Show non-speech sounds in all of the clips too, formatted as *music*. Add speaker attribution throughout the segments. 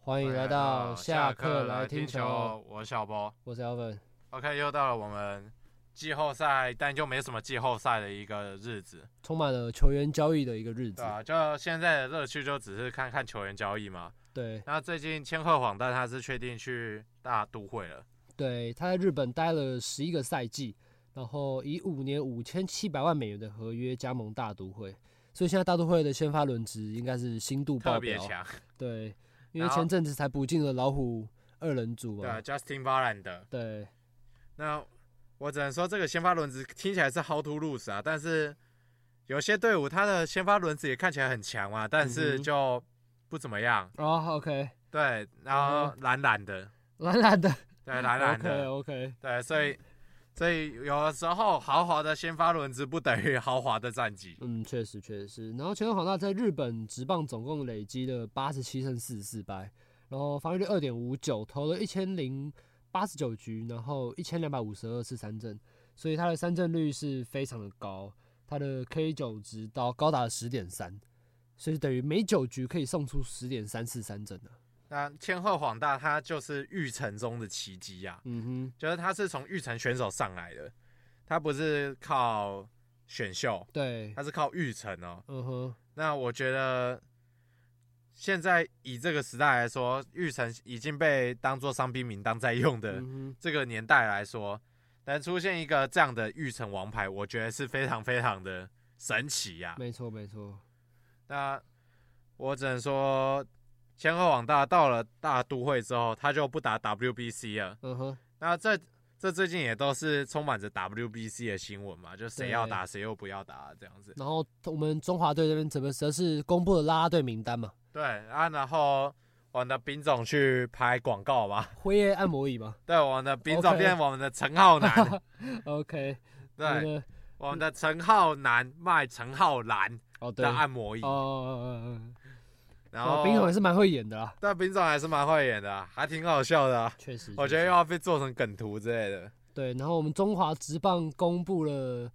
Speaker 1: 欢迎来到下课来听球，，
Speaker 2: 我是小波。
Speaker 1: 我是 Alvin。
Speaker 2: OK，又到了我们季后赛，但又没什么季后赛的一个日子，
Speaker 1: 充满了球员交易的一个日子
Speaker 2: 对，啊，就现在的乐趣就只是看看球员交易嘛。
Speaker 1: 对
Speaker 2: 那最近千鹤晃但他是确定去大都会了，
Speaker 1: 对，他在日本待了十一个赛季，然后以五年五千七百万美元的合约加盟大都会，所以现在大都会的先发轮值应该是新度
Speaker 2: 特
Speaker 1: 爆
Speaker 2: 别
Speaker 1: 表，
Speaker 2: 强。
Speaker 1: 对，因为
Speaker 2: 然后
Speaker 1: 前阵子才补进了老虎二人组
Speaker 2: 对啊
Speaker 1: 嘛，
Speaker 2: ，Justin Verlander。
Speaker 1: 对
Speaker 2: 那我只能说这个先发轮子听起来是 How to lose 啊，但是有些队伍他的先发轮子也看起来很强嘛，但
Speaker 1: 嗯
Speaker 2: 是
Speaker 1: 哼
Speaker 2: 就不怎么样。
Speaker 1: 哦 OK，
Speaker 2: 对，然
Speaker 1: 嗯
Speaker 2: 后懒懒的，
Speaker 1: 懒懒的
Speaker 2: 对，懒懒的。
Speaker 1: ，OK OK，
Speaker 2: 对，所以所以有的时候豪华的先发轮值不等于豪华的战绩。
Speaker 1: 嗯，确实确实。然后前锋好大在日本职棒总共累积了八十七胜四十四败，然后防御率二点五九，投了一千零八十九局，然后一千两百五十二次三振，所以他的三振率是非常的高，他的 K 九值到高达十点三，所以等于每九局可以送出十点三次三振的。啊
Speaker 2: 那千鹤晃大他就是玉成中的奇迹呀、啊，
Speaker 1: 嗯哼，
Speaker 2: 就是他是从玉成选手上来的，他不是靠选秀，
Speaker 1: 对，
Speaker 2: 他是靠玉成哦。
Speaker 1: 嗯哼，
Speaker 2: 那我觉得现在以这个时代来说，玉成已经被当做伤兵名当在用的
Speaker 1: 嗯哼，
Speaker 2: 这个年代来说，能出现一个这样的玉成王牌，我觉得是非常非常的神奇啊呀、
Speaker 1: 没错没错，
Speaker 2: 那我只能说，千鹤网大到了大都会之后，他就不打 WBC 了。
Speaker 1: 嗯哼，
Speaker 2: 那这这最近也都是充满着 WBC 的新闻嘛，就谁要打谁又不要打这样子。
Speaker 1: 然后我们中华队这边怎么则是公布了啦啦队名单嘛，
Speaker 2: 对啊，然后我们的丙总去拍广告嘛，
Speaker 1: 辉夜按摩椅嘛
Speaker 2: 对，我们的丙总
Speaker 1: OK
Speaker 2: 变我们的陈浩
Speaker 1: *laughs*
Speaker 2: 南，
Speaker 1: ，OK。那
Speaker 2: 对，
Speaker 1: 个
Speaker 2: 我们的陈浩南卖陈浩南
Speaker 1: 哦对
Speaker 2: 的按摩椅
Speaker 1: 哦，哦哦
Speaker 2: 然
Speaker 1: 哦，
Speaker 2: 后
Speaker 1: 冰桶也是蛮会演的啦，
Speaker 2: 但丙总还是蛮会演的啊、还挺好笑的啊、
Speaker 1: 确实。
Speaker 2: 我觉得
Speaker 1: 确
Speaker 2: 又
Speaker 1: 实
Speaker 2: 要被做成梗图之类的。
Speaker 1: 对，然后我们中华职棒公布了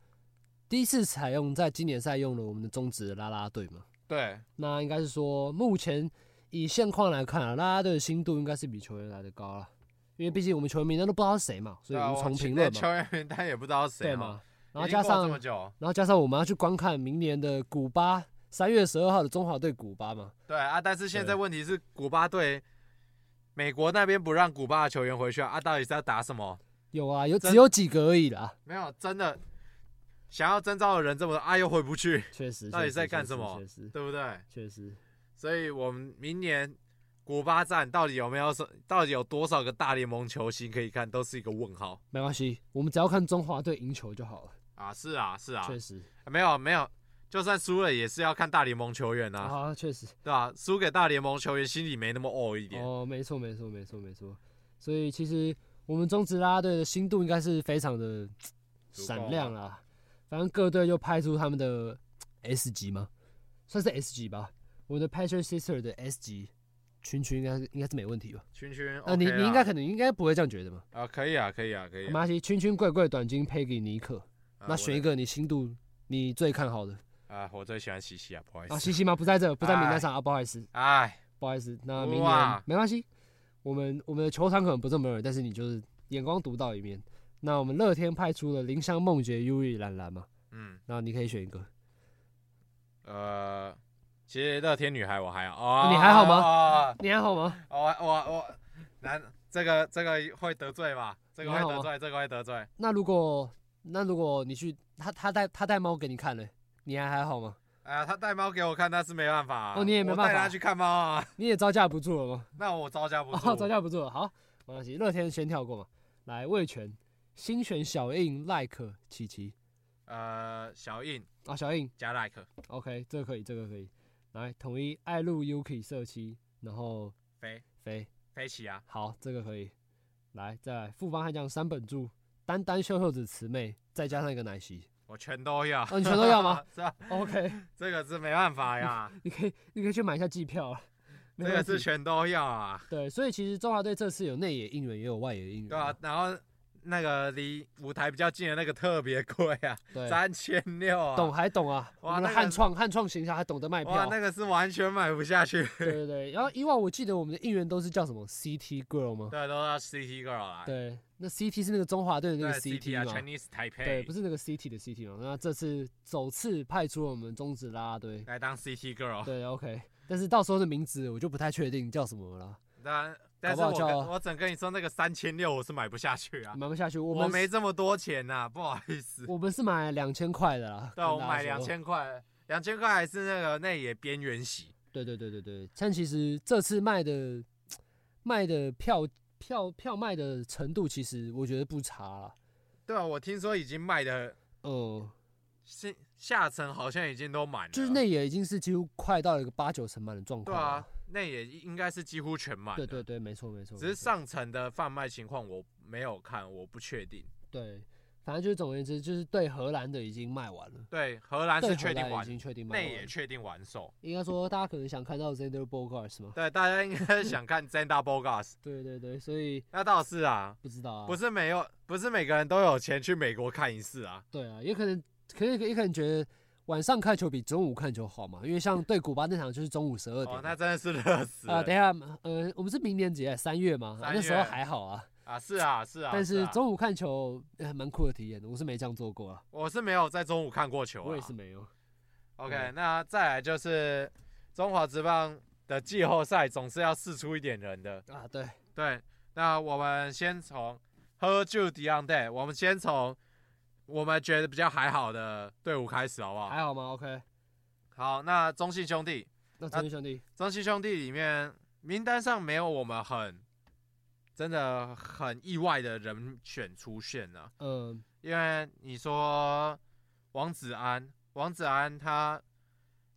Speaker 1: 第一次采用在经典赛用了我们的中职的啦啦队嘛，
Speaker 2: 对，
Speaker 1: 那应该是说目前以现况来看啊，啦啦队的心度应该是比球员来的高了，因为毕竟我们球员名单都不知道是谁嘛，所以
Speaker 2: 对啊
Speaker 1: 无
Speaker 2: 我
Speaker 1: 从
Speaker 2: 其
Speaker 1: 评论
Speaker 2: 连球
Speaker 1: 嘛，
Speaker 2: 员名单也不知道是谁
Speaker 1: 对
Speaker 2: 啊？
Speaker 1: 嘛，然后
Speaker 2: 已经
Speaker 1: 加
Speaker 2: 过了这
Speaker 1: 上
Speaker 2: 么久，
Speaker 1: 然后加上我们要去观看明年的古巴三月十二号的中华队古巴嘛，
Speaker 2: 对啊，但是现在
Speaker 1: 对
Speaker 2: 问题是古巴队，美国那边不让古巴的球员回去啊，啊到底是要打什么？
Speaker 1: 有啊，有只
Speaker 2: 真
Speaker 1: 有几个而已啦，
Speaker 2: 没有，真的想要征召的人这么多啊，又回不去， *laughs*
Speaker 1: 确实。
Speaker 2: 到底
Speaker 1: 确实
Speaker 2: 在干
Speaker 1: 确
Speaker 2: 什
Speaker 1: 实
Speaker 2: 么
Speaker 1: 确实，
Speaker 2: 对不对？
Speaker 1: 确实。
Speaker 2: 所以我们明年古巴站到底有没有什，到底有多少个大联盟球星可以看，都是一个问号
Speaker 1: 没关系，我们只要看中华队赢球就好了。
Speaker 2: 啊！是啊，是啊
Speaker 1: 确、，实
Speaker 2: 没有没有，就算输了也是要看大联盟球员啊
Speaker 1: 啊，确实
Speaker 2: 对吧、输给大联盟球员，心里没那么哦一点。
Speaker 1: 哦，没错，没错，没错，没错。所以其实我们中职啦啦队的心度应该是非常的
Speaker 2: 足够
Speaker 1: 闪亮啦。反正各队就派出他们的 S 级吗？算是 S 级吧。我们的 Patrick Sister 的 S 级群群应该是应该是没问题吧？呃
Speaker 2: 圈圈，
Speaker 1: 那、你
Speaker 2: OK 啦
Speaker 1: 你应该可能应该不会这样觉得嘛？
Speaker 2: 啊，可以啊，可以啊，可以
Speaker 1: 没
Speaker 2: 啊。
Speaker 1: 关系，群群贵贵短金配给尼克，
Speaker 2: 啊
Speaker 1: 那选一个你心度你最看好的
Speaker 2: 我啊，我最喜欢西西啊，不好意
Speaker 1: 啊？
Speaker 2: 思。
Speaker 1: 西西吗？不在这，不在名单
Speaker 2: 哎
Speaker 1: 上啊，不好意思。
Speaker 2: 哎，
Speaker 1: 不好意思，那明
Speaker 2: 哇
Speaker 1: 年没关系，我们我们的球场可能不这么热，但是你就是眼光独到一面。那我们乐天派出了林香、梦洁、优瑞、兰兰嘛，
Speaker 2: 嗯，
Speaker 1: 那你可以选一个。
Speaker 2: 呃，其实乐天女孩我还好哦
Speaker 1: 你还好吗
Speaker 2: 吗？
Speaker 1: 你还好吗？
Speaker 2: 我我我，男，这个这个会得罪吧？这个
Speaker 1: 你还
Speaker 2: 会
Speaker 1: 好
Speaker 2: 得
Speaker 1: 吗
Speaker 2: 罪，这个会得罪。
Speaker 1: 那如果那如果你去他他带他带猫给你看了，你还还好吗？
Speaker 2: 哎呀，他带猫给我看，但是没办法啊。
Speaker 1: 哦你也没办
Speaker 2: 我带
Speaker 1: 法
Speaker 2: 他去看猫啊。 *laughs*
Speaker 1: 你也招架不住了吗？
Speaker 2: 那我招架不
Speaker 1: 哦，
Speaker 2: 住。
Speaker 1: 招架不住了。好，没关系，乐天先跳过嘛。来，魏权新选小印、赖可、琪琪
Speaker 2: 呃，小印
Speaker 1: 啊，小印
Speaker 2: 加赖克
Speaker 1: OK，这个可以，这个可以。来，统一爱露、Yuki、社七，然后
Speaker 2: 飞
Speaker 1: 飞。
Speaker 2: 飞起啊，
Speaker 1: 好，这个可以。来，再来富邦悍将三本柱，单单秀秀子慈妹，再加上一个奶昔。
Speaker 2: 我全都要。
Speaker 1: 哦你全都要
Speaker 2: *laughs*
Speaker 1: 吗？
Speaker 2: 是啊，
Speaker 1: OK，
Speaker 2: 这个是没办法呀，
Speaker 1: 你可以，你可以去买一下机票了。 *laughs* 没
Speaker 2: *laughs* 这个
Speaker 1: 问
Speaker 2: 是
Speaker 1: 题
Speaker 2: 全都要啊。
Speaker 1: 对，所以其实中华队这次有内野应援，也有外野应援
Speaker 2: 对啊
Speaker 1: 嘛。，
Speaker 2: 然后那个离舞台比较近的那个特别贵啊，
Speaker 1: 对，
Speaker 2: 三千六啊，
Speaker 1: 懂还懂啊，我
Speaker 2: 哇
Speaker 1: 们的
Speaker 2: 那个
Speaker 1: 汉创汉创行销还懂得卖
Speaker 2: 哇
Speaker 1: 票，，
Speaker 2: 那个是完全买不下去。
Speaker 1: 对对对。然后以往我记得我们的应援都是叫什么 CT Girl 吗？
Speaker 2: 对，都要 CT Girl 啦，
Speaker 1: 对，那 CT 是那个中华队的
Speaker 2: 对
Speaker 1: 那个
Speaker 2: CT 啊
Speaker 1: 嘛？
Speaker 2: ，Chinese
Speaker 1: 对，不
Speaker 2: Taipei
Speaker 1: 是那个 CT 的 CT 嘛？那这次首次派出了我们中职啦啦队，
Speaker 2: 来当 CT Girl。
Speaker 1: 对，OK。但是到时候的名字我就不太确定叫什么了啦，
Speaker 2: 但但是
Speaker 1: 搞不好
Speaker 2: 我
Speaker 1: 叫
Speaker 2: 跟我只能跟你说，那个三千六我是买不下去啊，
Speaker 1: 买不下去。我
Speaker 2: 我
Speaker 1: 们
Speaker 2: 没这么多钱呐，不好意思。
Speaker 1: 我们是买两千块的啦，
Speaker 2: 对，啊
Speaker 1: 跟
Speaker 2: 我
Speaker 1: 大家
Speaker 2: 买
Speaker 1: 说
Speaker 2: 两。千块，两千块还是那个内野边缘席。
Speaker 1: 对对对对对，但其实这次卖的卖的票票票卖的程度，其实我觉得不差啦。
Speaker 2: 对啊，我听说已经卖的
Speaker 1: 嗯，
Speaker 2: 是下层好像已经都满了，啊
Speaker 1: 就是内野已经是几乎快到了一个八九成满的状
Speaker 2: 对
Speaker 1: 况
Speaker 2: 啊
Speaker 1: 了。，
Speaker 2: 内野应该是几乎全满了。
Speaker 1: 对对对，没错没错。
Speaker 2: 只
Speaker 1: 没
Speaker 2: 是
Speaker 1: 错
Speaker 2: 上层的贩卖情况我没有看，我不确定。
Speaker 1: 对，反正就是总而言之，就是对荷兰的已经卖完了，
Speaker 2: 对，荷兰
Speaker 1: 对
Speaker 2: 是
Speaker 1: 荷
Speaker 2: 确定
Speaker 1: 兰已
Speaker 2: 完，
Speaker 1: 经确定卖
Speaker 2: 内
Speaker 1: 完
Speaker 2: 野
Speaker 1: 了。
Speaker 2: 确定完售。
Speaker 1: 应该说大家可能想看到 Zander Bogarts 嘛？
Speaker 2: 对，大家应该想看 Zenda
Speaker 1: *laughs*
Speaker 2: Bogas，
Speaker 1: 对对对，所以
Speaker 2: 那倒是啊，
Speaker 1: 不知道啊，
Speaker 2: 不是没有，不是每个人都有钱去美国看一次啊。
Speaker 1: 对啊，也可能，可能也可能觉得晚上看球比中午看球好嘛，因为像对古巴那场就是中午十二点
Speaker 2: 哦，
Speaker 1: 嘛。
Speaker 2: 那真的是热死
Speaker 1: 啊、等
Speaker 2: 了
Speaker 1: 一下，呃，我们是明年几月？三月嘛，啊
Speaker 2: 三
Speaker 1: 那时候
Speaker 2: 月
Speaker 1: 还好啊。
Speaker 2: 啊！是啊，是啊。
Speaker 1: 但是
Speaker 2: 啊
Speaker 1: 中午看球还蛮、酷的体验的，我是没这样做过啊，
Speaker 2: 我是没有在中午看过球啊。
Speaker 1: 我也是没有。
Speaker 2: OK，
Speaker 1: 嗯
Speaker 2: 那再来就是中华职棒的季后赛总是要试出一点人的。
Speaker 1: 啊，对，
Speaker 2: 对，那我们先从 Her Ju d e o n Day，我们先从我们觉得比较还好的队伍开始，好不好？
Speaker 1: 还好吗？OK，
Speaker 2: 好，那中信兄弟，
Speaker 1: 那陈宇兄弟，
Speaker 2: 中信兄弟里面名单上没有我们很真的很意外的人选出现了、
Speaker 1: 嗯、
Speaker 2: 因为你说王子安，王子安他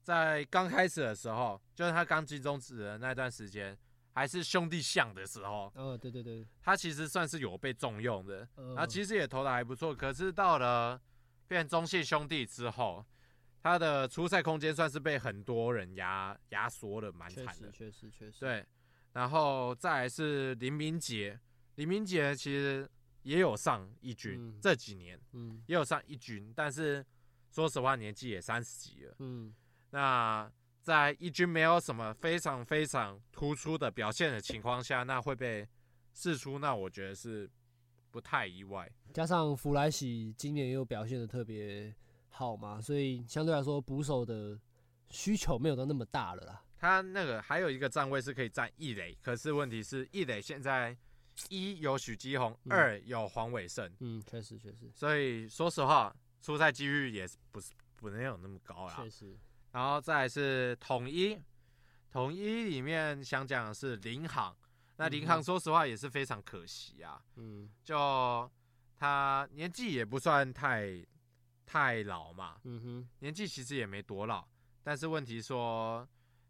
Speaker 2: 在刚开始的时候，就是他刚进中职的那段时间，还是兄弟象的时候，
Speaker 1: 呃，对对对，
Speaker 2: 他其实算是有被重用的，
Speaker 1: 嗯、
Speaker 2: 然后其实也投的还不错。可是到了变中信兄弟之后，他的出赛空间算是被很多人压压缩的蛮
Speaker 1: 确
Speaker 2: 惨
Speaker 1: 实
Speaker 2: 的。
Speaker 1: 确实确实，，
Speaker 2: 对，然后再来是林明杰，林明杰其实也有上一军，
Speaker 1: 嗯
Speaker 2: 这几年
Speaker 1: 嗯
Speaker 2: 也有上一军，但是说实话年纪也三十几了，
Speaker 1: 嗯
Speaker 2: 那在一军没有什么非常非常突出的表现的情况下，那会被释出，那我觉得是不太意外。
Speaker 1: 加上弗莱喜今年又表现的特别好嘛，所以相对来说捕手的需求没有到那么大了啦。
Speaker 2: 他那个还有一个站位是可以站一垒，可是问题是一垒现在一有许基宏，
Speaker 1: 嗯
Speaker 2: 二有黄伟胜，
Speaker 1: 嗯，确实确实
Speaker 2: 所以说实话，出赛几率也是不是不能有那么高啦
Speaker 1: 确。实，
Speaker 2: 然后再来是统一，统一里面想讲的是林航，那林
Speaker 1: 嗯
Speaker 2: 航
Speaker 1: 哼
Speaker 2: 说实话也是非常可惜啊，
Speaker 1: 嗯
Speaker 2: 就他年纪也不算太太老嘛，
Speaker 1: 嗯哼，
Speaker 2: 年纪其实也没多老，但是问题说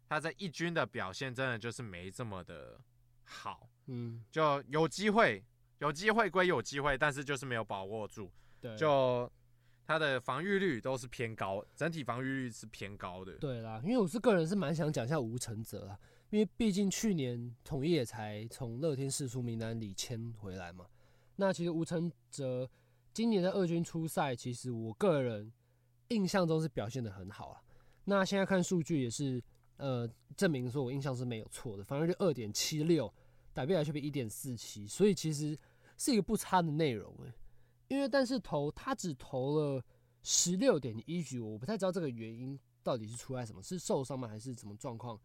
Speaker 2: 他在一军的表现真的就是没这么的好，
Speaker 1: 嗯，
Speaker 2: 就有机会，有机会归有机会，但是就是没有把握住，
Speaker 1: 对，
Speaker 2: 就他的防御率都是偏高，整体防御率是偏高的。
Speaker 1: 对啦，因为我是个人是蛮想讲一下吴承泽啦，因为毕竟去年统一也才从乐天世出名单里签回来嘛。那其实吴承泽今年的二军出赛，其实我个人印象中是表现的很好啊。那现在看数据也是，呃，证明说我印象是没有错的，防御率二点七六，打 B 来却比一点四七，所以其实是一个不差的内容诶、因为但是投他只投了十六点一局，我不太知道这个原因到底是出在什么，是受伤吗还是什么状况？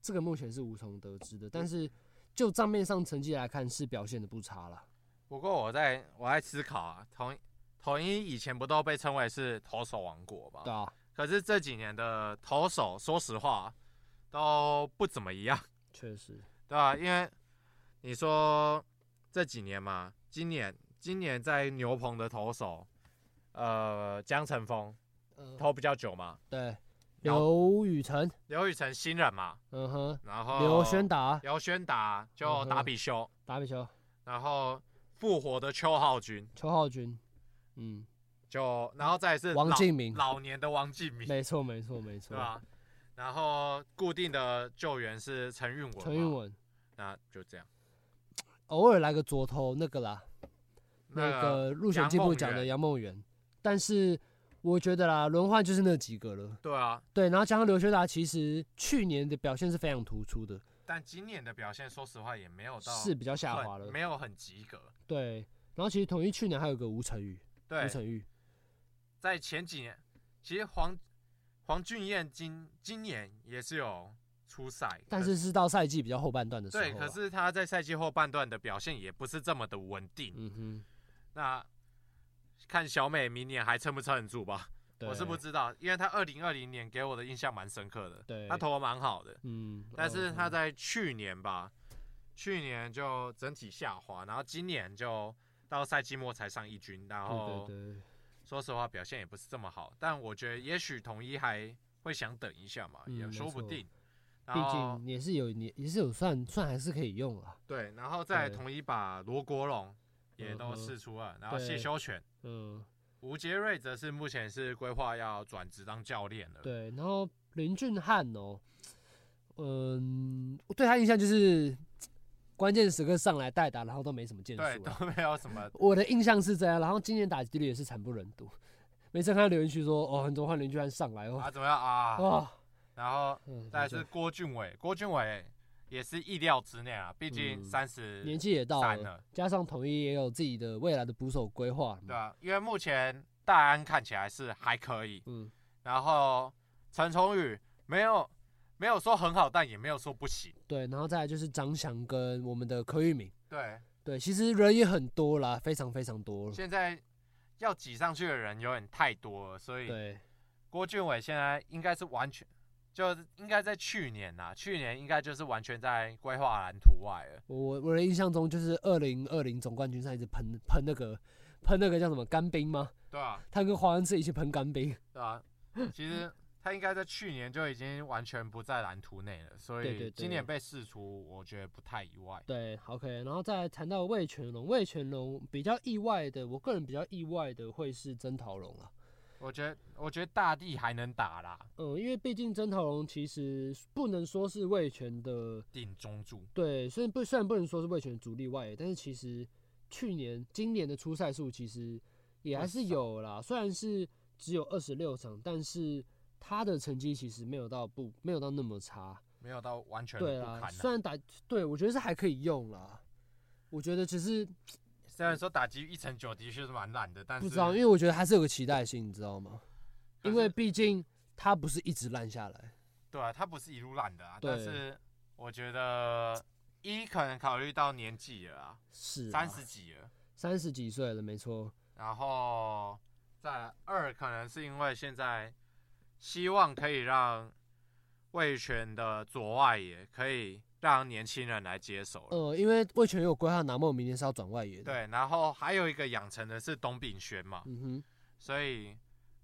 Speaker 1: 这个目前是无从得知的。但是就账面上成绩来看，是表现的不差啦。
Speaker 2: 不过我在我在思考啊，统统一以前不都被称为是投手王国吗？
Speaker 1: 对啊，
Speaker 2: 可是这几年的投手，说实话都不怎么一样。
Speaker 1: 确实，
Speaker 2: 对啊，因为你说这几年嘛，今年今年在牛棚的投手，呃，江晨峰
Speaker 1: 呃，
Speaker 2: 投比较久嘛，
Speaker 1: 对，
Speaker 2: 然后
Speaker 1: 刘雨辰，
Speaker 2: 刘宇成新人嘛，
Speaker 1: 嗯哼，
Speaker 2: 然后
Speaker 1: 刘轩达
Speaker 2: 刘轩达就
Speaker 1: 嗯哼
Speaker 2: 打比修，
Speaker 1: 打比球，
Speaker 2: 然后复活的邱浩军
Speaker 1: 邱浩军，嗯，
Speaker 2: 就，然后再来是
Speaker 1: 王
Speaker 2: 老
Speaker 1: 敬明，
Speaker 2: 老年的王敬明，
Speaker 1: 没错没错没
Speaker 2: 对
Speaker 1: 错，
Speaker 2: 吧？然后固定的救援是陈运文，
Speaker 1: 陈韵，文
Speaker 2: 那就这样。
Speaker 1: 偶尔来个左投那个啦，那个入选进步奖的杨梦圆，但是我觉得啦，轮换就是那几个了。
Speaker 2: 对啊，
Speaker 1: 对，然后加上刘学达，其实去年的表现是非常突出的，
Speaker 2: 但今年的表现说实话也没有哦到
Speaker 1: 是比较下滑了
Speaker 2: 很。没有很及格。
Speaker 1: 对，然后其实统一去年还有个吴成宇，
Speaker 2: 对
Speaker 1: 吴，成宇，
Speaker 2: 在前几年，其实黄黄俊彦今今年也是有出赛，
Speaker 1: 但
Speaker 2: 可
Speaker 1: 是是到赛季比较后半段的时候、啊。
Speaker 2: 对，可是他在赛季后半段的表现也不是这么的稳定。
Speaker 1: 嗯哼，
Speaker 2: 那看小美明年还撑不撑得住吧？
Speaker 1: 对
Speaker 2: 我是不知道，因为他二零二零年给我的印象蛮深刻的，
Speaker 1: 对
Speaker 2: 他投的蛮好的，
Speaker 1: 嗯，
Speaker 2: 但是
Speaker 1: 嗯
Speaker 2: 他在去年吧，去年就整体下滑，然后今年就到赛季末才上一军，然后
Speaker 1: 对对对，
Speaker 2: 说实话表现也不是这么好，但我觉得也许统一还会想等一下嘛，
Speaker 1: 嗯
Speaker 2: 也说
Speaker 1: 没
Speaker 2: 不
Speaker 1: 错
Speaker 2: 定。然
Speaker 1: 毕
Speaker 2: 后
Speaker 1: 竟也是有也也是有算算还是可以用啊。
Speaker 2: 对，然后再来
Speaker 1: 对
Speaker 2: 统一把罗国荣也
Speaker 1: 嗯
Speaker 2: 都
Speaker 1: 哼
Speaker 2: 试出了，然后
Speaker 1: 对
Speaker 2: 谢修权。
Speaker 1: 嗯，
Speaker 2: 吴杰瑞则是目前是规划要转职当教练了。
Speaker 1: 对，然后林俊汉哦，嗯，我对他印象就是关键时刻上来代打，然后都没什么建
Speaker 2: 对，
Speaker 1: 树啊。
Speaker 2: 都没有
Speaker 1: *laughs*
Speaker 2: 什么。
Speaker 1: 我的印象是这样，然后今年打击率也是惨不忍睹。 *laughs* 每次看到留言区说哦，很多换林俊汉上来哦，
Speaker 2: 啊，怎么样啊？
Speaker 1: 哇，
Speaker 2: 然后
Speaker 1: 嗯，
Speaker 2: 再来
Speaker 1: 就是
Speaker 2: 郭俊伟，郭俊伟也是意料之内啊，毕竟
Speaker 1: 嗯
Speaker 2: 三十
Speaker 1: 年纪也到
Speaker 2: 三
Speaker 1: 了，
Speaker 2: 了，
Speaker 1: 加上统一也有自己的未来的捕手规划
Speaker 2: 对
Speaker 1: 嘛，
Speaker 2: 啊，因为目前戴安看起来是还可以，
Speaker 1: 嗯，
Speaker 2: 然后陈崇宇没有没有说很好，但也没有说不行。
Speaker 1: 对，然后再来就是张翔跟我们的柯玉敏，
Speaker 2: 对，
Speaker 1: 对，其实人也很多啦，非常非常多了，
Speaker 2: 嗯现在要挤上去的人有点太多了，所以
Speaker 1: 对，
Speaker 2: 郭俊伟现在应该是完全，就是应该在去年呐、去年应该就是完全在规划蓝图外了。
Speaker 1: 我我的印象中就是二零二零总冠军赛一直喷喷那个喷那个叫什么干冰吗？
Speaker 2: 对啊，
Speaker 1: 他跟黄安志一起喷干冰，
Speaker 2: 对 *laughs* 啊，其实他应该在去年就已经完全不在蓝图内了，所
Speaker 1: 对对
Speaker 2: 以
Speaker 1: 对
Speaker 2: 今年被释出，我觉得不太意外。
Speaker 1: 对，OK，然后再来谈到魏全龙，魏全龙比较意外的，我个人比较意外的会是曾桃龙啊，
Speaker 2: 我觉得，我觉得大地还能打啦，
Speaker 1: 嗯，因为毕竟曾桃龙其实不能说是魏全的，
Speaker 2: 顶中柱。
Speaker 1: 对，虽然不虽然不能说是魏全的主力外野，但是其实去年今年的出赛数其实也还是有啦，虽然是只有二十六场，但是他的成绩其实没有到不没有到那么差。
Speaker 2: 没有到完全不
Speaker 1: 对
Speaker 2: 堪、
Speaker 1: 啦，
Speaker 2: 啊，
Speaker 1: 虽然打对我觉得是还可以用啦，我觉得只是
Speaker 2: 虽然说打击一成九的确是蛮烂的，但是
Speaker 1: 不知道，因为我觉得还是有个期待性，你知道吗？
Speaker 2: 可
Speaker 1: 因
Speaker 2: 是
Speaker 1: 为毕竟他不是一直烂下来，
Speaker 2: 对啊，他不是一路烂的啊，
Speaker 1: 对
Speaker 2: 但是我觉得一可能考虑到年纪了啊，
Speaker 1: 是啊
Speaker 2: 三十几了，
Speaker 1: 三十几岁了，没错，
Speaker 2: 然后在二可能是因为现在希望可以让魏权的左外野可以让年轻人来接手了。
Speaker 1: 呃，因为魏全有规划，南梦明年是要转外野的，，
Speaker 2: 对，然后还有一个养成的是董炳轩嘛，
Speaker 1: 嗯哼，
Speaker 2: 所以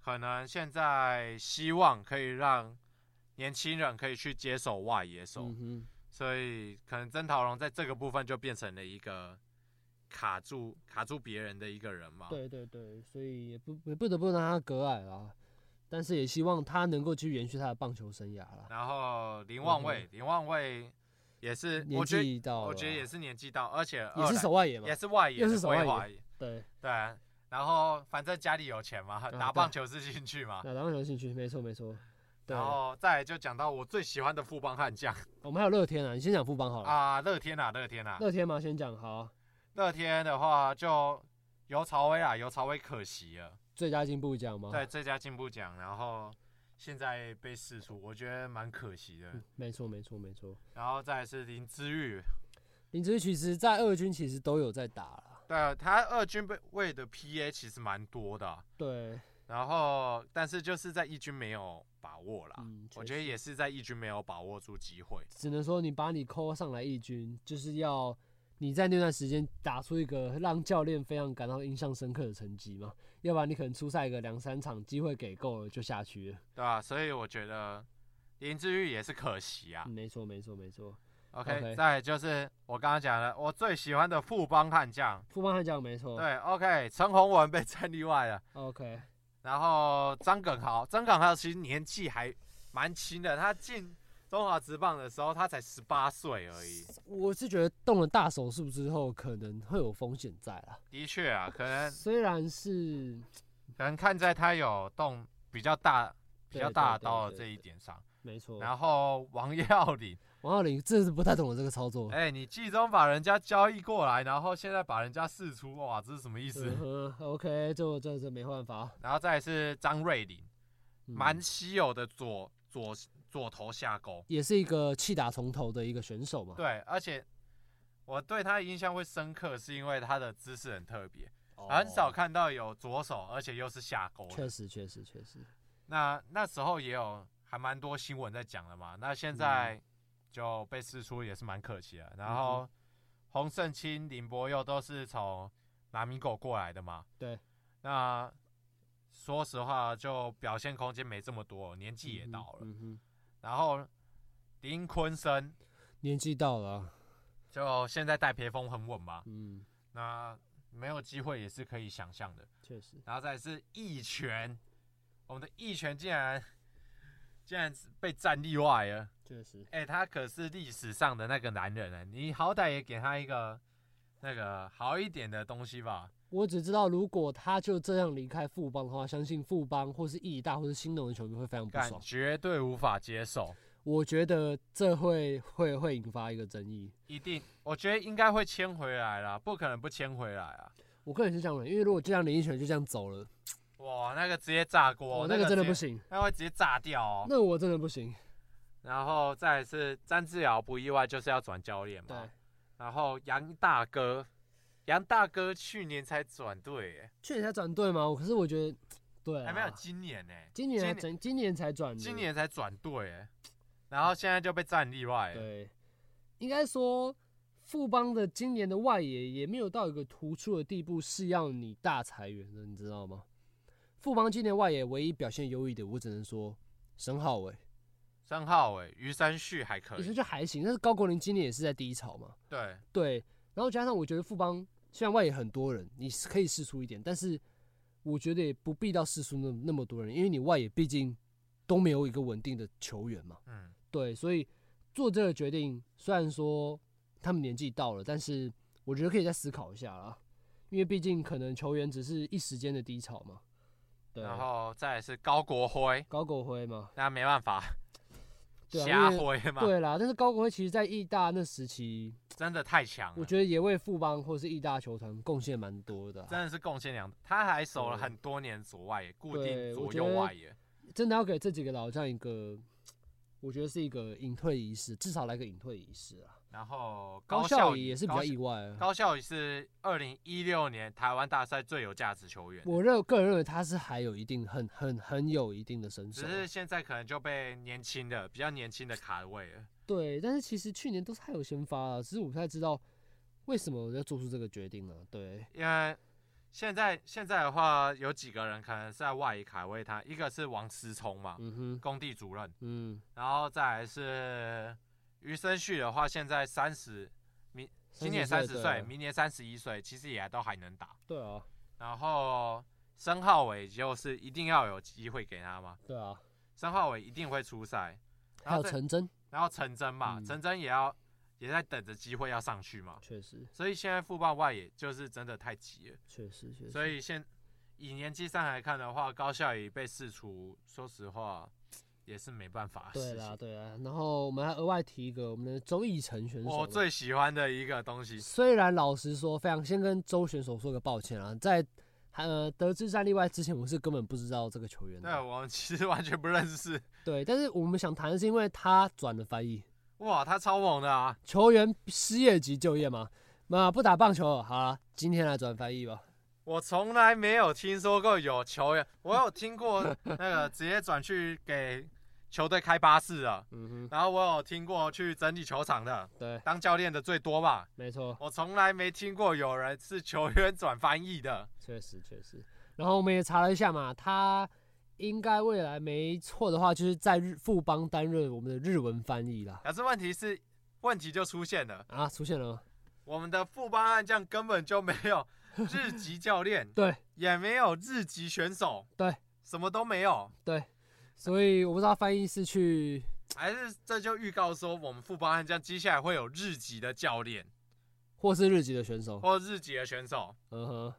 Speaker 2: 可能现在希望可以让年轻人可以去接手外野手，
Speaker 1: 嗯哼，
Speaker 2: 所以可能曾桃龙在这个部分就变成了一个卡住卡住别人的一个人嘛。
Speaker 1: 对对对，所以也不也不得不让他割爱啦，但是也希望他能够去延续他的棒球生涯啦。
Speaker 2: 然后林旺
Speaker 1: 嗯
Speaker 2: 卫，林旺卫也是，
Speaker 1: 年
Speaker 2: 我觉得
Speaker 1: 纪到了，
Speaker 2: 我觉得也是年纪到，而且
Speaker 1: 也
Speaker 2: 二
Speaker 1: 是
Speaker 2: 来
Speaker 1: 守外野嘛
Speaker 2: 也，是外野，
Speaker 1: 又是守外野
Speaker 2: 野，
Speaker 1: 对，
Speaker 2: 对啊。然后反正家里有钱嘛，打
Speaker 1: 对
Speaker 2: 棒球是兴趣嘛。
Speaker 1: 那当然有兴趣，没错没错。对，
Speaker 2: 啊然后再来就讲到我最喜欢的富邦悍将
Speaker 1: 我们还有乐天啊，你先讲副帮好了。
Speaker 2: 啊，乐天啊，乐天啊，
Speaker 1: 乐天嘛，先讲好啊，
Speaker 2: 乐天的话就尤朝威啊，尤朝威可惜了。
Speaker 1: 最佳进步奖吗？
Speaker 2: 对，最佳进步奖，然后现在被释出，我觉得蛮可惜的
Speaker 1: 嗯，。没错没错没错。
Speaker 2: 然后再来是林之玉，
Speaker 1: 林志宇其实，在二军其实都有在打了，
Speaker 2: 对他二军被位的 PA 其实蛮多的啊，
Speaker 1: 对，
Speaker 2: 然后但是就是在一军没有把握啦，
Speaker 1: 嗯，
Speaker 2: 我
Speaker 1: 确
Speaker 2: 觉得
Speaker 1: 实
Speaker 2: 也是在一军没有把握住机会。
Speaker 1: 只能说你把你扣上来一军，就是要你在那段时间打出一个让教练非常感到印象深刻的成绩嘛，要不然你可能出赛个两三场，机会给够了就下去了。
Speaker 2: 对吧、所以我觉得林志玉也是可惜啊。
Speaker 1: 嗯没错没错没错，
Speaker 2: OK，,
Speaker 1: OK
Speaker 2: 再来就是我刚刚讲的，我最喜欢的富邦悍将，
Speaker 1: 富邦悍将没错
Speaker 2: 对，OK，陈宏文被战例外了。
Speaker 1: ，OK，
Speaker 2: 然后张耿豪，张耿豪其实年纪还蛮轻的，他进中华职棒的时候，他才十八岁而已。
Speaker 1: 我是觉得动了大手术之后，可能会有风险在啦。
Speaker 2: 的确啊，可能
Speaker 1: 虽然是
Speaker 2: 可能看在他有动比较大、比
Speaker 1: 对
Speaker 2: 较
Speaker 1: 对
Speaker 2: 大的
Speaker 1: 对
Speaker 2: 刀的
Speaker 1: 对
Speaker 2: 这一
Speaker 1: 对哦
Speaker 2: 点上。
Speaker 1: 没错，
Speaker 2: 然后王耀林，
Speaker 1: 王耀林真的是不太懂我这个操作。
Speaker 2: 哎、你季中把人家交易过来，然后现在把人家释出，哇，这是什么意思？
Speaker 1: 嗯哼 OK，就这这没办法，
Speaker 2: 然后再来是张瑞麟，
Speaker 1: 嗯
Speaker 2: 蛮稀有的左左左投下勾，
Speaker 1: 也是一个弃打从头的一个选手嘛。
Speaker 2: 对，而且我对他的印象会深刻，是因为他的姿势很特别，
Speaker 1: 哦，
Speaker 2: 很少看到有左手，而且又是下勾的。
Speaker 1: 确实，确实，确实，
Speaker 2: 那那时候也有还蛮多新闻在讲的嘛。那现
Speaker 1: 嗯
Speaker 2: 在就被释出也是蛮可惜的。然后洪胜清、林柏佑都是从南米狗过来的嘛。
Speaker 1: 对。
Speaker 2: 那说实话，就表现空间没这么多，年纪也到了。
Speaker 1: 嗯哼，
Speaker 2: 然后林坤生
Speaker 1: 年纪到了啊，
Speaker 2: 就现在带培风很稳嘛，
Speaker 1: 嗯，
Speaker 2: 那没有机会也是可以想象的。
Speaker 1: 确实，
Speaker 2: 然后再来是义拳，我们的义拳竟然竟然被占例外了。
Speaker 1: 确实，
Speaker 2: 哎、他可是历史上的那个男人呢、你好歹也给他一个那个好一点的东西吧。
Speaker 1: 我只知道如果他就这样离开富邦的话，相信富邦或是义大或是新农的球迷会非常不
Speaker 2: 感
Speaker 1: 爽。
Speaker 2: 绝对无法接受，
Speaker 1: 我觉得这会会会引发一个争议。
Speaker 2: 一定，我觉得应该会签回来啦，不可能不签回来啊！
Speaker 1: 我个人是这样的，因为如果就像林奕泉就这样走了，
Speaker 2: 哇，那个直接炸锅，
Speaker 1: 我哦那个真的不
Speaker 2: 直接，
Speaker 1: 行，
Speaker 2: 那会直接炸掉哦。
Speaker 1: 那我真的不行。
Speaker 2: 然后再来是詹志尧，不意外就是要转教练
Speaker 1: 对
Speaker 2: 嘛。，然后杨大哥，杨大哥去年才转队耶、
Speaker 1: 去年才转队嘛，我可是我觉得，对、啊，
Speaker 2: 还没有今年呢、
Speaker 1: 今年才
Speaker 2: 今年
Speaker 1: 整今年才转的，
Speaker 2: 今年才转队哎，然后现在就被占例外欸。
Speaker 1: 对，应该说富邦的今年的外野也没有到一个突出的地步，是要你大裁员的，你知道吗？富邦今年外野唯一表现优异的，我只能说沈浩伟，
Speaker 2: 三号哎，余三旭还可
Speaker 1: 也是
Speaker 2: 以，
Speaker 1: 就还行，但是高国林今年也是在低潮嘛，
Speaker 2: 对，
Speaker 1: 对，然后加上我觉得富邦虽然外野很多人，你是可以试出一点，但是我觉得也不必到试出那那么多人，因为你外野毕竟都没有一个稳定的球员嘛。
Speaker 2: 嗯，
Speaker 1: 对，所以做这个决定，虽然说他们年纪到了，但是我觉得可以再思考一下啦，因为毕竟可能球员只是一时间的低潮嘛。对，
Speaker 2: 然后再来是高国辉，
Speaker 1: 高国辉嘛，
Speaker 2: 那没办法，
Speaker 1: *laughs* 对啊
Speaker 2: 瞎
Speaker 1: 因为
Speaker 2: 挥嘛，
Speaker 1: 对啦，但是高国辉其实在义大那时期，
Speaker 2: 真的太强
Speaker 1: 我
Speaker 2: 了，
Speaker 1: 觉得也为富邦或是义大球团贡献蛮多的啊、
Speaker 2: 真的是贡献良多。他还守了
Speaker 1: 对
Speaker 2: 很多年左外野，固
Speaker 1: 对
Speaker 2: 定
Speaker 1: 我
Speaker 2: 左
Speaker 1: 觉
Speaker 2: 右
Speaker 1: 得
Speaker 2: 外野，
Speaker 1: 真的要给这几个老将一个，我觉得是一个隐退仪式，至少来个隐退仪式啊。
Speaker 2: 然后
Speaker 1: 高
Speaker 2: 效
Speaker 1: 孝仪也是比较意外啊。
Speaker 2: 高效宇是二零一六年台湾大赛最有价值球员，
Speaker 1: 我认个人认为他是还有一定很很很有一定的身手
Speaker 2: 只
Speaker 1: 啊，
Speaker 2: 是现在可能就被年轻的比较年轻的卡位了。
Speaker 1: 对，但是其实去年都是他有先发啊，只是我不太知道为什么要做出这个决定呢、对，
Speaker 2: 因为现在现在的话，有几个人可能是在外移卡位他，一个是王思聪嘛，
Speaker 1: 嗯哼，
Speaker 2: 工地主任，
Speaker 1: 嗯，
Speaker 2: 然后再来是余生旭的话，现在三十，明今年三
Speaker 1: 30
Speaker 2: 十
Speaker 1: 岁
Speaker 2: 岁，
Speaker 1: 对
Speaker 2: 明年三十一岁，其实也都还能打。
Speaker 1: 对啊，
Speaker 2: 然后申浩伟就是一定要有机会给他嘛，
Speaker 1: 对啊，
Speaker 2: 申浩伟一定会出赛，
Speaker 1: 还
Speaker 2: 然后
Speaker 1: 有
Speaker 2: 再
Speaker 1: 陈真，
Speaker 2: 然后陈真嘛，
Speaker 1: 嗯
Speaker 2: 陈真也要也在等着机会要上去嘛，
Speaker 1: 确实，
Speaker 2: 所以现在富邦外野就是真的太急了。
Speaker 1: 确实，确实，
Speaker 2: 所以现以年纪上来看的话，高孝仪被释出，说实话也是没办法的
Speaker 1: 对
Speaker 2: 事
Speaker 1: 啦，
Speaker 2: 情。
Speaker 1: 对啊。然后我们还额外提一个我们的周奕成选手
Speaker 2: 我
Speaker 1: 嘛，
Speaker 2: 哦最喜欢的一个东西，
Speaker 1: 虽然老实说，非常先跟周选手说个抱歉啊，在呃得知战例外之前，我是根本不知道这个球员
Speaker 2: 对啊
Speaker 1: 的，
Speaker 2: 我们其实完全不认识。
Speaker 1: 对，但是我们想谈的是因为他转了翻译，
Speaker 2: 哇，他超猛的啊！
Speaker 1: 球员失业即就业嘛，那不打棒球了，好啦，今天来转翻译吧。
Speaker 2: 我从来没有听说过有球员，我有听过那个直接转去给球队开巴士的，
Speaker 1: 嗯
Speaker 2: 然后我有听过去整理球场的，
Speaker 1: 哼，对，
Speaker 2: 当教练的最多吧。
Speaker 1: 没错，
Speaker 2: 我从来没听过有人是球员转翻译的。
Speaker 1: 确实确实。然后我们也查了一下嘛，他应该未来没错的话，就是在日富邦担任我们的日文翻译啦。
Speaker 2: 可是问题是，问题就出现了。
Speaker 1: 啊，出现了吗？
Speaker 2: 我们的富邦悍将根本就没
Speaker 1: *laughs*
Speaker 2: 有日籍教练，
Speaker 1: 对，
Speaker 2: 也没有日籍选手，
Speaker 1: 对，
Speaker 2: 什么都没有。
Speaker 1: 所以我不知道翻译是去
Speaker 2: 还是这就预告说我们富邦悍将接下来会有日籍的教练
Speaker 1: 或是日籍的选手，
Speaker 2: 或日籍的选手，
Speaker 1: 嗯哼，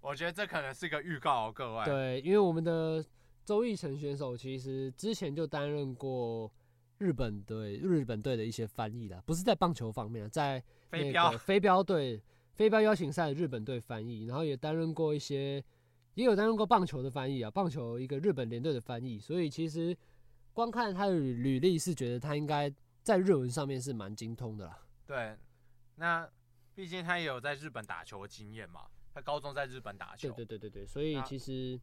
Speaker 2: 我觉得这可能是个预告、哦，各位。
Speaker 1: 对，因为我们的周奕成选手其实之前就担任过日本队日本队的一些翻译啦，不是在棒球方面啊，在
Speaker 2: 飞
Speaker 1: 那
Speaker 2: 镖
Speaker 1: 个飞镖队飞镖邀请赛的日本队翻译，然后也担任过一些，也有担任过棒球的翻译啊，棒球一个日本联队的翻译，所以其实光看他的履履历是觉得他应该在日文上面是蛮精通的啦。
Speaker 2: 对，那毕竟他也有在日本打球的经验嘛，他高中在日本打球，
Speaker 1: 对对对对对，所以
Speaker 2: 那
Speaker 1: 其实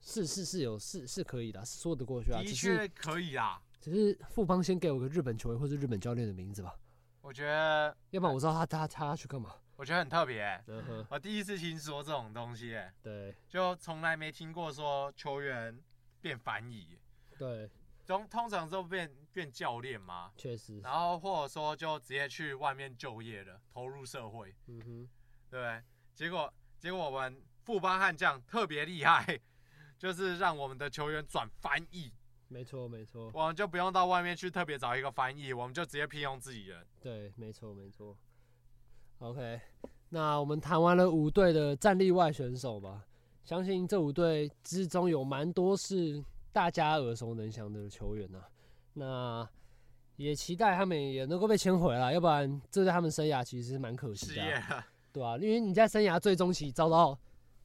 Speaker 1: 是是是有是是可以的啊，是说得过去啊，
Speaker 2: 的
Speaker 1: 只
Speaker 2: 确
Speaker 1: 是
Speaker 2: 可以啦。
Speaker 1: 只是富邦先给我个日本球员或是日本教练的名字吧，
Speaker 2: 我觉得，
Speaker 1: 要不然我知道他他他要去干嘛。
Speaker 2: 我觉得很特别、欸
Speaker 1: 嗯哼，
Speaker 2: 我第一次听说这种东西、欸
Speaker 1: 对
Speaker 2: 就从来没听过说球员变翻译，
Speaker 1: 对，
Speaker 2: 通通常都变变教练嘛，
Speaker 1: 确实，
Speaker 2: 然后或者说就直接去外面就业了，投入社会，
Speaker 1: 嗯哼，
Speaker 2: 对不对？结果结果我们富邦悍将特别厉害， *laughs* 就是让我们的球员转翻译，
Speaker 1: 没错没错，
Speaker 2: 我们就不用到外面去特别找一个翻译，我们就直接聘用自己人。
Speaker 1: 对，没错没错。OK，那我们谈完了五队的战力外选手吧，相信这五队之中有蛮多是大家耳熟能详的球员呐、那也期待他们也能够被签回来，要不然这对他们生涯其实是蛮可惜
Speaker 2: 失
Speaker 1: 的
Speaker 2: 业
Speaker 1: 啊、
Speaker 2: 了，
Speaker 1: 对吧、因为你在生涯最终期遭到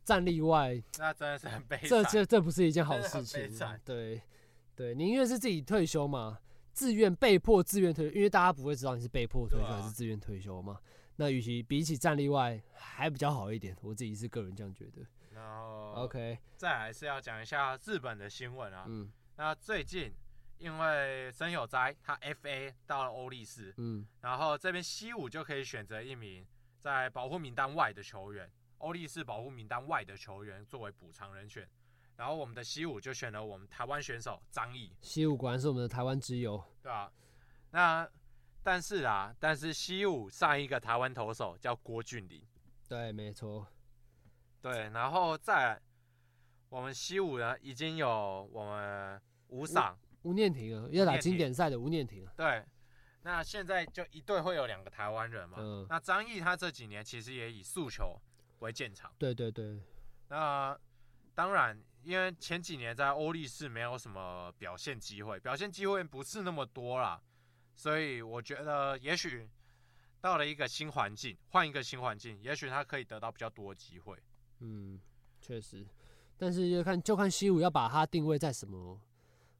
Speaker 1: 战力外
Speaker 2: 那真的是很悲惨。
Speaker 1: 这这这不是一件好
Speaker 2: 真的
Speaker 1: 事
Speaker 2: 很
Speaker 1: 情啊
Speaker 2: 悲惨，
Speaker 1: 对对，宁愿是自己退休嘛，自愿被迫自愿退休，因为大家不会知道你是被迫退休
Speaker 2: 对啊
Speaker 1: 还是自愿退休嘛。那与其比起战例外，还比较好一点，我自己是个人这样觉得。
Speaker 2: 然后
Speaker 1: OK，
Speaker 2: 再来是要讲一下日本的新闻啊。
Speaker 1: 嗯
Speaker 2: 那最近因为森有哉他 FA 到了欧力士，
Speaker 1: 嗯
Speaker 2: 然后这边西武就可以选择一名在保护名单外的球员，欧力士保护名单外的球员作为补偿人选。然后我们的西武就选了我们台湾选手张毅，
Speaker 1: 西武果然是我们的台湾之友，
Speaker 2: 对吧、那但是啊，但是西武上一个台湾投手叫郭俊麟，
Speaker 1: 对，没错，
Speaker 2: 对，然后再我们西武呢已经有我们吴赏，
Speaker 1: 吴念婷啊，要打
Speaker 2: 念
Speaker 1: 经
Speaker 2: 婷
Speaker 1: 典赛的吴念婷啊，
Speaker 2: 对，那现在就一队会有两个台湾人嘛。
Speaker 1: 嗯
Speaker 2: 那张毅他这几年其实也以速球为建场。
Speaker 1: 对对对，
Speaker 2: 那当然，因为前几年在欧力士没有什么表现机会，表现机会不是那么多啦，所以我觉得也许到了一个新环境，换一个新环境，也许他可以得到比较多的机会。
Speaker 1: 嗯，确实，但是要看就看西武要把它定位在什么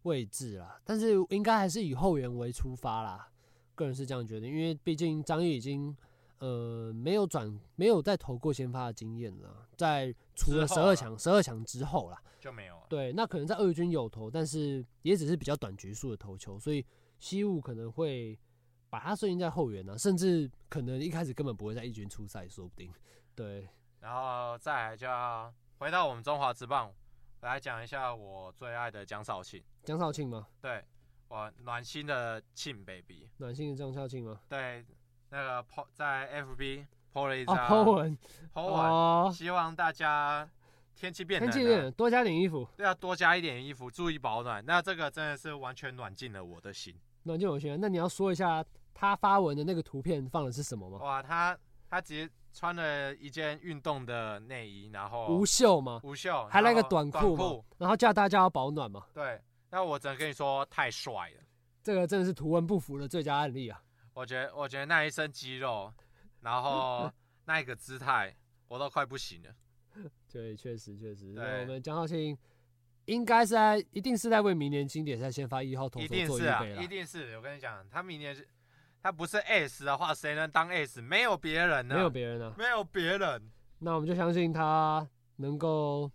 Speaker 1: 位置啦。但是应该还是以后援为出发啦，个人是这样觉得，因为毕竟张毅已经呃没有转没有再投过先发的经验了，在除了
Speaker 2: 之
Speaker 1: 十
Speaker 2: 后啊
Speaker 1: 二
Speaker 2: 啦
Speaker 1: 强十二强之后啦，
Speaker 2: 就没有了。
Speaker 1: 对，那可能在二军有投，但是也只是比较短局数的投球，所以西武可能会把他设定在后援啊，甚至可能一开始根本不会在一军出赛，说不定。对，
Speaker 2: 然后再来就要回到我们中华职棒，来讲一下我最爱的江少庆，
Speaker 1: 江少庆吗？
Speaker 2: 对我暖心的庆 baby，
Speaker 1: 暖心的江少庆吗？
Speaker 2: 对那个 po 在 FB po 了一张
Speaker 1: 哦，po 文
Speaker 2: po 文
Speaker 1: 哦，
Speaker 2: 啊希望大家天气变
Speaker 1: 天
Speaker 2: 冷
Speaker 1: 气
Speaker 2: 了，
Speaker 1: 冷，多加点衣服，
Speaker 2: 要多加一点衣服，注意保暖。那这个真的是完全暖进了我的心。
Speaker 1: 暖就有学。那你要说一下他发文的那个图片放的是什么吗？
Speaker 2: 哇，他他直接穿了一件运动的内衣，然后
Speaker 1: 无袖吗？
Speaker 2: 无袖，
Speaker 1: 还来个
Speaker 2: 然后哦短
Speaker 1: 短裤吗然后叫大家要保暖嘛，
Speaker 2: 对，那我只能跟你说，太帅了。
Speaker 1: 这个真的是图文不符的最佳案例啊！
Speaker 2: 我觉得我觉得那一身肌肉，
Speaker 1: *laughs*
Speaker 2: 然后那一个姿态，我都快不行了。
Speaker 1: 对，确实确实，
Speaker 2: 对
Speaker 1: 那我们江浩信应该是在一定是在为明年经典赛先发一号投
Speaker 2: 一
Speaker 1: 手
Speaker 2: 定
Speaker 1: 做预
Speaker 2: 是啊，
Speaker 1: 备
Speaker 2: 一
Speaker 1: 了。
Speaker 2: 定是。我跟你讲，他明年是，他不是 S 的话，谁能当 S？没有别人呢、
Speaker 1: 没有别人啊，
Speaker 2: 没有别人。
Speaker 1: 那我们就相信他能够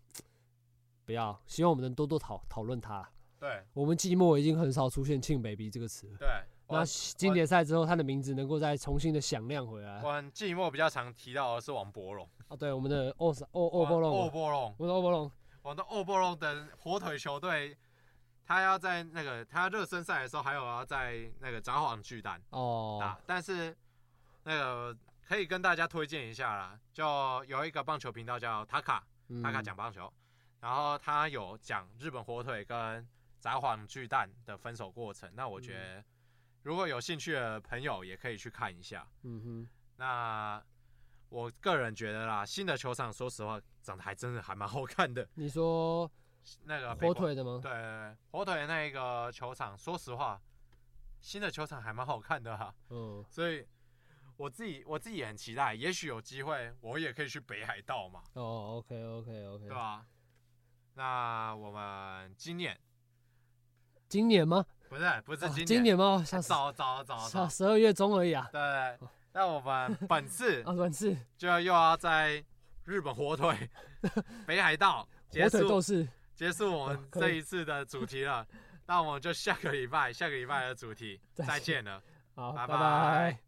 Speaker 1: 不要，希望我们能多多讨讨论他。
Speaker 2: 对
Speaker 1: 我们寂寞已经很少出现“庆 baby” 这个词了。
Speaker 2: 对，
Speaker 1: 那
Speaker 2: 我
Speaker 1: 经典赛之后，他的名字能够再重新的响亮回来。
Speaker 2: 我很寂寞比较常提到的是王博龙，
Speaker 1: 啊，对，我们的
Speaker 2: 哦
Speaker 1: 奥斯奥奥波隆，
Speaker 2: 欧
Speaker 1: 啊我
Speaker 2: 波龙，
Speaker 1: 们的奥波隆，
Speaker 2: 我们的欧波龙的火腿球队，他要在那个他热身赛的时候，还有要在那个札幌巨蛋。
Speaker 1: 哦
Speaker 2: 打，，但是那个可以跟大家推荐一下啦，就有一个棒球频道叫塔卡塔卡
Speaker 1: 嗯
Speaker 2: 讲棒球，然后他有讲日本火腿跟札幌巨蛋的分手过程。那我
Speaker 1: 嗯
Speaker 2: 觉得如果有兴趣的朋友也可以去看一下。
Speaker 1: 嗯哼，
Speaker 2: 那我个人觉得啦，新的球场说实话长得还真的还蛮好看的。
Speaker 1: 你说
Speaker 2: 那个北
Speaker 1: 火
Speaker 2: 关
Speaker 1: 腿的吗？
Speaker 2: 对对对火腿那个球场，说实话，新的球场还蛮好看的哈、
Speaker 1: 嗯，
Speaker 2: 所以我自己我自己也很期待，也许有机会我也可以去北海道嘛，
Speaker 1: 哦，OK OK
Speaker 2: 对啊
Speaker 1: OK，
Speaker 2: 吧、那我们今年
Speaker 1: 今年吗？
Speaker 2: 不是不是
Speaker 1: 哦
Speaker 2: 今
Speaker 1: 今年
Speaker 2: 年，
Speaker 1: 吗？像是
Speaker 2: 早早早
Speaker 1: 像
Speaker 2: 早，
Speaker 1: 十二月中而已啊。
Speaker 2: 对，那我们本次
Speaker 1: 啊，本次
Speaker 2: 就要又要在日本
Speaker 1: *laughs*
Speaker 2: 火腿北海道结
Speaker 1: 火腿
Speaker 2: 束
Speaker 1: 斗士，
Speaker 2: 结束我们
Speaker 1: 可以
Speaker 2: 这一次的主题了，那我们就下个礼拜下个礼拜的主题
Speaker 1: *laughs* 再
Speaker 2: 再
Speaker 1: 见
Speaker 2: 见了。
Speaker 1: 好，
Speaker 2: 拜
Speaker 1: 拜
Speaker 2: 拜